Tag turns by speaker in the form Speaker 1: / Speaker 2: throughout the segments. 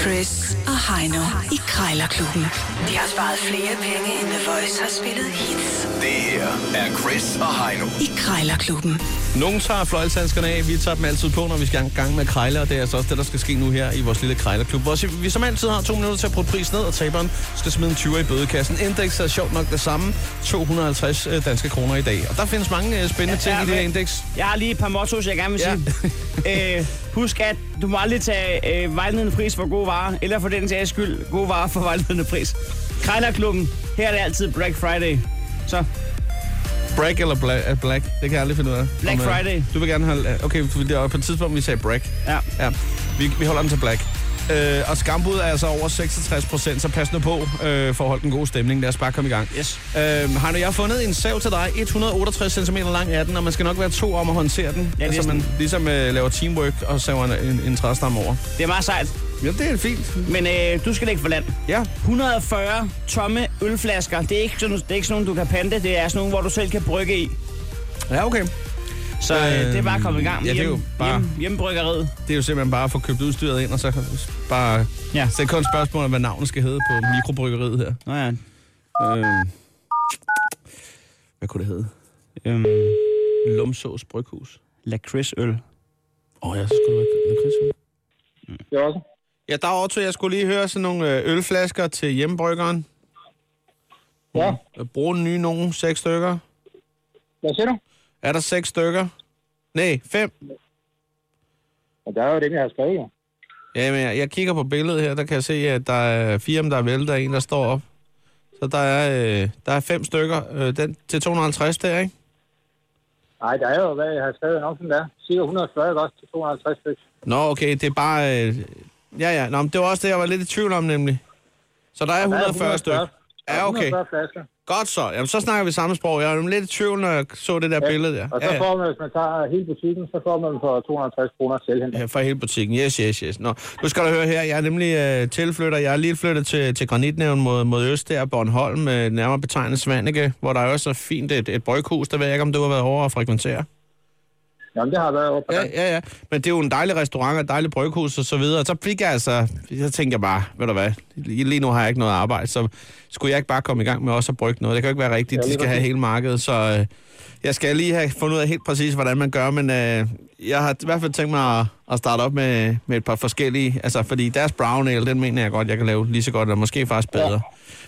Speaker 1: Chris og Heino i Krejlerklubben. De har sparet flere penge, end The Voice har spillet hits
Speaker 2: Det her er Chris og Heino.
Speaker 1: i Krejlerklubben.
Speaker 3: Nogen tager fløjlshandskerne af, vi tager dem altid på, når vi skal i gang med krejler, og det er altså også det, der skal ske nu her i vores lille krejlerklub, hvor vi som altid har to minutter til at putte prisen ned, og taberen skal smide en 20 i bødekassen. Indeks er sjovt nok det samme, 250 øh, danske kroner i dag. Og der findes mange øh, spændende ting i det her
Speaker 4: men
Speaker 3: indeks.
Speaker 4: Jeg har lige et par mottos, jeg gerne vil
Speaker 3: Ja.
Speaker 4: sige. øh, husk, at du må aldrig tage øh, vejledende pris for gode varer, eller for den sags skyld, gode varer for vejledende pris. Krejlerklubben, her er det altid Black Friday. Så,
Speaker 3: Brag eller bla- øh, black, det kan jeg aldrig finde ud af.
Speaker 4: Black
Speaker 3: øh,
Speaker 4: Friday.
Speaker 3: Du vil gerne holde... Okay, for det var på et tidspunkt, vi sagde brag.
Speaker 4: ja.
Speaker 3: Ja, vi, vi holder den til black. Øh, og skambud er altså over 66 procent, så pas nu på øh, for at holde den gode stemning. Lad os bare komme i gang.
Speaker 4: Yes.
Speaker 3: Øh, Heino, jeg har fundet en sav til dig. 168 cm lang er den, og man skal nok være to om at håndtere den.
Speaker 4: Ja,
Speaker 3: altså,
Speaker 4: næsten.
Speaker 3: man ligesom øh, laver teamwork og saver en, en, en træstamme over.
Speaker 4: Det er meget sejt,
Speaker 3: Ja, det er fint.
Speaker 4: men øh, du skal ikke for land.
Speaker 3: Ja,
Speaker 4: 140 tomme ølflasker. Det er, ikke sådan, det er ikke sådan nogle, du kan pante. Det er sådan nogle, hvor du selv kan brygge i.
Speaker 3: ja okay.
Speaker 4: Så øh, det er bare at komme i gang
Speaker 3: øhm, ja, det
Speaker 4: med
Speaker 3: er jo
Speaker 4: hjem-
Speaker 3: bare-
Speaker 4: hjem- hjemmebryggeriet.
Speaker 3: Det er jo simpelthen bare at få købt udstyret ind, og så bare...
Speaker 4: Ja.
Speaker 3: Så det er kun et spørgsmål om, hvad navnet skal hedde på mikrobryggeriet her.
Speaker 4: Nå ja.
Speaker 3: Øh, hvad kunne det hedde?
Speaker 4: Øhm,
Speaker 3: Lumsås Bryghus.
Speaker 4: lakridsøl.
Speaker 3: Åh oh, ja, så skulle det være lakridsøl.
Speaker 5: Jørgen.
Speaker 3: Ja, der er Otto, jeg skulle lige høre sådan nogle øh, ølflasker til hjemmebryggeren.
Speaker 5: Ja,
Speaker 3: Øh, Brug den nye nogen, seks stykker.
Speaker 5: hvad siger du?
Speaker 3: Er der seks stykker? Nej, fem.
Speaker 5: Ja, der er jo dem, jeg har skrevet. jo.
Speaker 3: Jamen, jeg, jeg kigger på billedet her, der kan jeg se, at der er fire, om der er væltet, og en, der står op. Så der er, øh, der er fem stykker. Øh, den til 250 der, ikke?
Speaker 5: Nej, der er jo, hvad jeg har skrevet nok sådan der. Cirka 140 ikke også til 250 stykker.
Speaker 3: Nå, okay, det er bare... Øh, ja, ja. Nå, men det var også det, jeg var lidt i tvivl om, nemlig. Så der er 140 stykker.
Speaker 5: Der er
Speaker 3: Ja, okay.
Speaker 5: 140 flasker.
Speaker 3: Godt så. Jamen, så snakker vi samme sprog. Jeg var nemlig lidt i tvivl, når jeg så det der billede der.
Speaker 5: Og så
Speaker 3: Ja, ja.
Speaker 5: får man, hvis man tager hele butikken, så får man for 250 kroner selv hen.
Speaker 3: Ja, Øh, fra hele butikken. Yes, yes, yes. Nå, nu skal du høre her. Jeg er nemlig øh, tilflytter. Jeg er lige flyttet til, til Granitnævn mod, mod Øst der, Bornholm, øh, nærmere betegnet Svanike, hvor der er også så fint et, et bryghus. Der ved jeg ikke, om du har været over og frekventere.
Speaker 5: Jamen, det har været over på
Speaker 3: Ja,
Speaker 5: ja.
Speaker 3: ja, ja. Men det er jo en dejlig restaurant og et dejligt bryghus og så videre. Og så fik jeg altså... Så tænkte jeg bare, ved du hvad, lige lige nu har jeg ikke noget arbejde, så skulle jeg ikke bare komme i gang med også at brygge noget. Det kan jo ikke være rigtigt,
Speaker 5: Ja,
Speaker 3: de
Speaker 5: lige
Speaker 3: skal have
Speaker 5: præcis.
Speaker 3: hele markedet, så... Øh, jeg skal lige have fundet ud af helt præcis, hvordan man gør, men øh, jeg har i hvert fald tænkt mig at, at starte op med, med et par forskellige, altså fordi deres brown ale, den mener jeg godt, jeg kan lave lige så godt, eller måske faktisk bedre.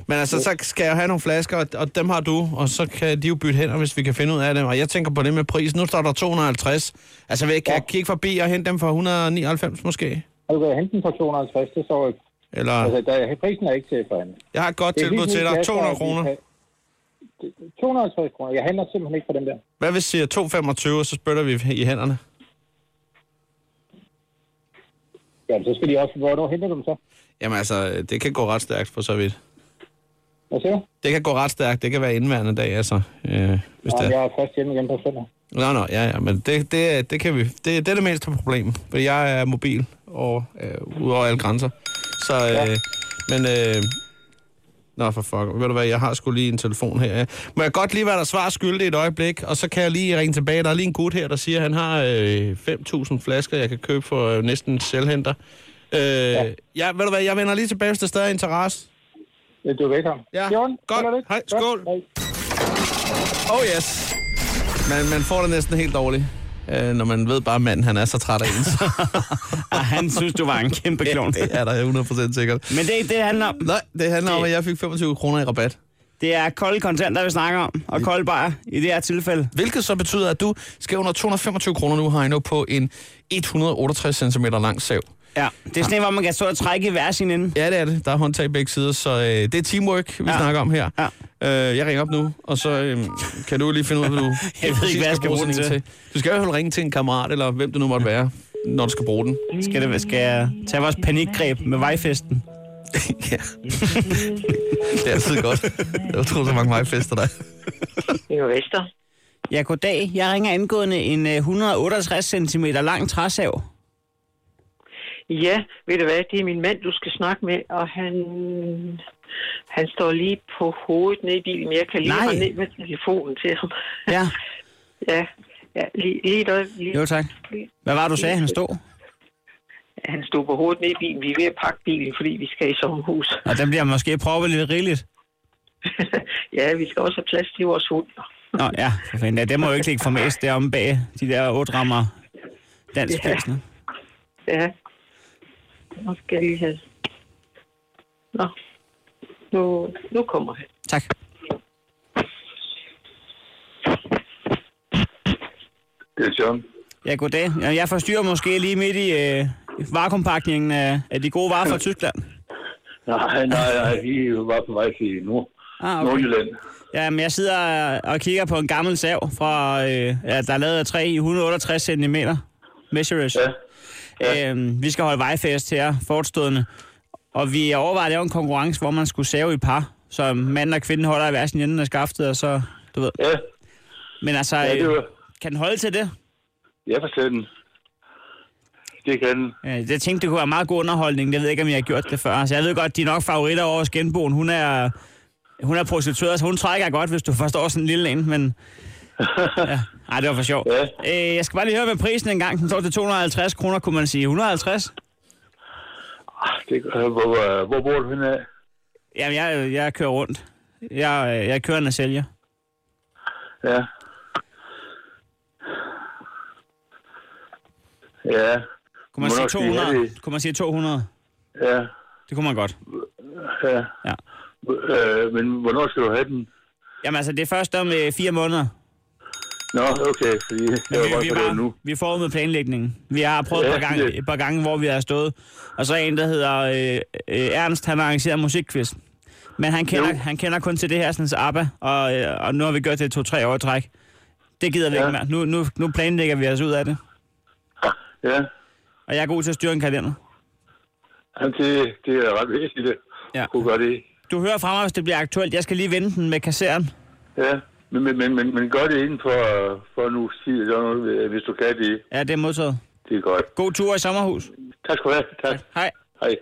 Speaker 3: Men altså, så skal jeg have nogle flasker, og, og dem har du, og så kan de jo bytte hen, hvis vi kan finde ud af dem. Og jeg tænker på det med prisen. Nu står der 250. Altså, vil jeg, kan jeg kigge forbi og hente dem for 199 måske?
Speaker 5: Du kan hente den for 250, det så ikke. Altså,
Speaker 3: Eller,
Speaker 5: der, prisen er ikke til forhandling.
Speaker 3: jeg har et godt tilbud til dig. 200 kroner.
Speaker 5: 250 kroner. Jeg handler simpelthen ikke for dem der.
Speaker 3: Hvad hvis jeg siger 225, og så spytter vi i hænderne?
Speaker 5: Jamen, så skal de også... Hvornår henter du dem så?
Speaker 3: Jamen altså, det kan gå ret stærkt for så vidt.
Speaker 5: Hvad siger du?
Speaker 3: Det kan gå ret stærkt. Det kan være indværende dag, altså. Øh, hvis
Speaker 5: Jamen,
Speaker 3: det er.
Speaker 5: jeg er først hjemme igen på søndag.
Speaker 3: Nå, nå, ja, ja, men det, det, det kan vi. Det, det er det mindste problem, for jeg er mobil og øh, ud over alle grænser. Så, øh, ja.
Speaker 5: Ja.
Speaker 3: men, øh, nå for fuck, ved du hvad, jeg har sgu lige en telefon her. Ja. Må jeg godt lige være der svar skyldig et øjeblik, og så kan jeg lige ringe tilbage. Der er lige en gut her, der siger, at han har øh, 5.000 flasker, jeg kan købe for øh, næsten selvhenter. Øh, ja. ja, ved du hvad, jeg vender lige tilbage, hvis der stadig er interesse.
Speaker 5: Ja, Du er velkommen.
Speaker 3: Ja,
Speaker 5: Jørgen,
Speaker 3: godt.
Speaker 5: held og lykke.
Speaker 3: Hej,
Speaker 5: Godt.
Speaker 3: skål.
Speaker 5: Hej.
Speaker 3: Oh yes. Man, man får det næsten helt dårligt, øh, når man ved bare, at manden han er så træt af en. Så
Speaker 4: Ah, han synes, du var en kæmpe klovn.
Speaker 3: det er der 100% sikkert.
Speaker 4: Men det er ikke det, det handler om.
Speaker 3: Nej, det handler det... om,
Speaker 4: Det-
Speaker 3: at jeg fik 25 kroner i rabat.
Speaker 4: Det er kolde kontanter, vi snakker om, og kolde bajer i det her tilfælde.
Speaker 3: Hvilket så betyder, at du skal under 225 kroner nu, Heino, på en 168 cm lang sav.
Speaker 4: Ja, det er sådan en, hvor man kan stå og trække i hver sin ende.
Speaker 3: Ja, det er det. Der er håndtag begge sider, så øh, det er teamwork, vi ja.
Speaker 4: Ja.
Speaker 3: snakker om her.
Speaker 4: Ja.
Speaker 3: Øh, jeg ringer op nu, og så øh, kan du lige finde ud af, hvad du
Speaker 4: Jeg ved ikke, hvad jeg skal
Speaker 3: bruge
Speaker 4: bruge
Speaker 3: sådan
Speaker 4: den
Speaker 3: en
Speaker 4: til.
Speaker 3: Du skal i hvert fald ringe til en kammerat, eller hvem det nu måtte være, når du skal bruge den.
Speaker 4: Skal, det, skal jeg tage vores panikgreb med vejfesten?
Speaker 3: Ja. det er altid godt. Jeg tror, så mange vejfester der er.
Speaker 6: Min Vester.
Speaker 4: Ja, goddag. Jeg ringer angående en øh, 168 cm lang træsav.
Speaker 6: Ja, ved du hvad, det er min mand, du skal snakke med, og han, han står lige på hovedet nede i bilen, men jeg kan lige
Speaker 4: Nej.
Speaker 6: have ned med telefonen til ham.
Speaker 4: Ja,
Speaker 6: ja, ja lige, lige et øjeblik.
Speaker 4: jo tak. Hvad var det, du sagde, han stod?
Speaker 6: han stod på hovedet ned i bilen. Vi er ved at pakke bilen, fordi vi skal i sommerhus.
Speaker 4: Og den bliver måske proppet lidt rigeligt.
Speaker 6: ja, vi skal også have plads til vores hund.
Speaker 4: Nå, ja, for fanden. Ja, det må jo ikke ligge for mest deromme bag de der otte rammer dansk
Speaker 6: Ja.
Speaker 4: ja.
Speaker 6: Ja. Nu skal jeg lige have... Nå. Nu, nu kommer han.
Speaker 4: Tak.
Speaker 7: Det er John.
Speaker 4: Ja, goddag. Ja, Jeg forstyrrer måske lige midt i øh, varekompakningen af, af de gode varer fra Tyskland.
Speaker 7: Nej, nej, nej, vi var på vej til Nord
Speaker 4: Ah, okay.
Speaker 7: Nordjylland.
Speaker 4: Jamen, jeg sidder øh, og kigger på en gammel sav, fra, øh, ja, der er lavet af træ i 168 cm. Measures.
Speaker 7: Ja.
Speaker 4: Ja. Øhm, vi skal holde vejfest her, forestående. Og vi overvejer at lave en konkurrence, hvor man skulle save i par. Så mand og kvinde holder i hver sin ende af skaftet, og så, du ved.
Speaker 7: Ja,
Speaker 4: Men altså,
Speaker 7: ja det
Speaker 4: øh,
Speaker 7: var...
Speaker 4: kan den holde til det?
Speaker 7: Jeg forstår den. Det kan den.
Speaker 4: Ja, jeg tænkte, det kunne være meget god underholdning. Jeg ved ikke, om jeg har gjort det før. Så jeg ved godt, de er nok favoritter over hos genboen. Hun er, hun er prostitueret, så hun trækker godt, hvis du forstår sådan en lille en. Men... Ja. Ej, det var for sjov.
Speaker 7: Ja.
Speaker 4: Øh, jeg skal bare lige høre med prisen en gang. Den står til 250 kroner, kunne man sige. 150?
Speaker 7: Ah, Det, øh, hvor, hvor, hvor bor du henne af?
Speaker 4: Jamen, jeg, jeg kører rundt. Jeg, øh, jeg kører en sælger.
Speaker 7: Ja. Ja,
Speaker 4: Kunne man, sige
Speaker 7: Hvornår skal I have
Speaker 4: 200?
Speaker 7: det?
Speaker 4: Kunne man sige 200?
Speaker 7: ja,
Speaker 4: Det kunne man godt.
Speaker 7: ja.
Speaker 4: Ja.
Speaker 7: Øh, men hvornår skal du have den?
Speaker 4: Jamen altså, det er først om øh, fire måneder.
Speaker 7: Nå, okay, fordi jeg var godt på det nu.
Speaker 4: vi er forud med planlægningen. Vi har prøvet ja,
Speaker 7: Ja,
Speaker 4: et, par gange,
Speaker 7: det-
Speaker 4: et par gange, hvor vi har stået. Og så er en, der hedder øh, øh, Ernst, han har arrangeret en musikquiz. Men han kender,
Speaker 7: Jo.
Speaker 4: han kender kun til det her, sådan ABBA, og, øh, og nu har vi gjort det to-tre år i træk. Det gider vi ja.
Speaker 7: Ja.
Speaker 4: ikke mere. Nu, nu, nu planlægger vi os ud af det.
Speaker 7: Ja,
Speaker 4: Og jeg er god til at styre en kalender.
Speaker 7: Jamen, det, det er ret væsentligt, at
Speaker 4: Ja.
Speaker 7: kunne gøre det.
Speaker 4: Du hører fra mig, hvis det bliver aktuelt. Jeg skal lige vende den med kasseren.
Speaker 7: Ja, men, men, men, men, men gør det inden for, øh, for en uges tid, eller noget, øh, hvis du kan det.
Speaker 4: Ja, det er modtaget.
Speaker 7: Det er godt.
Speaker 4: God tur i sommerhus.
Speaker 7: Tak skal du have. Tak.
Speaker 4: Hej.
Speaker 7: Hej.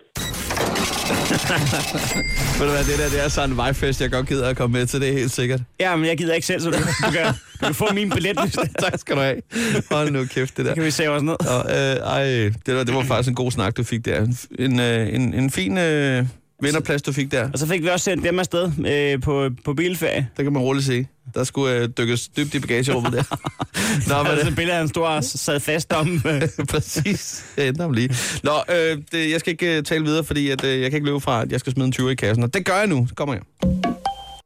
Speaker 3: Ved du hvad, det der det er sådan en vejfest, jeg godt gider at komme med til, det er helt sikkert.
Speaker 4: Jamen, jeg gider ikke selv, så du, du, kan, du kan få min billet, hvis det
Speaker 3: tak skal du have. Hold nu kæft, det der.
Speaker 4: kan vi se os ned.
Speaker 3: Og, øh, ej, det, var, det var faktisk en god snak, du fik der. En, øh, en, en fin øh, vinderplads, du fik der.
Speaker 4: Og så fik vi også sendt dem afsted øh, på, på bilferie.
Speaker 3: Der kan man roligt se. Der skulle øh, dykkes dybt i bagagerummet der. Nå,
Speaker 4: Og
Speaker 3: men,
Speaker 4: altså, et billede af en stor sad fast om. Øh,
Speaker 3: Præcis. Jeg ændrer ham lige. Nå, øh, det, jeg skal ikke øh, tale videre, fordi at, øh, jeg kan ikke løbe fra, at jeg skal smide en 20 i kassen. Og det gør jeg nu. Så kommer jeg.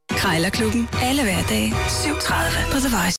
Speaker 1: Krejlerklubben. Alle hverdage. 7.30 på The Voice.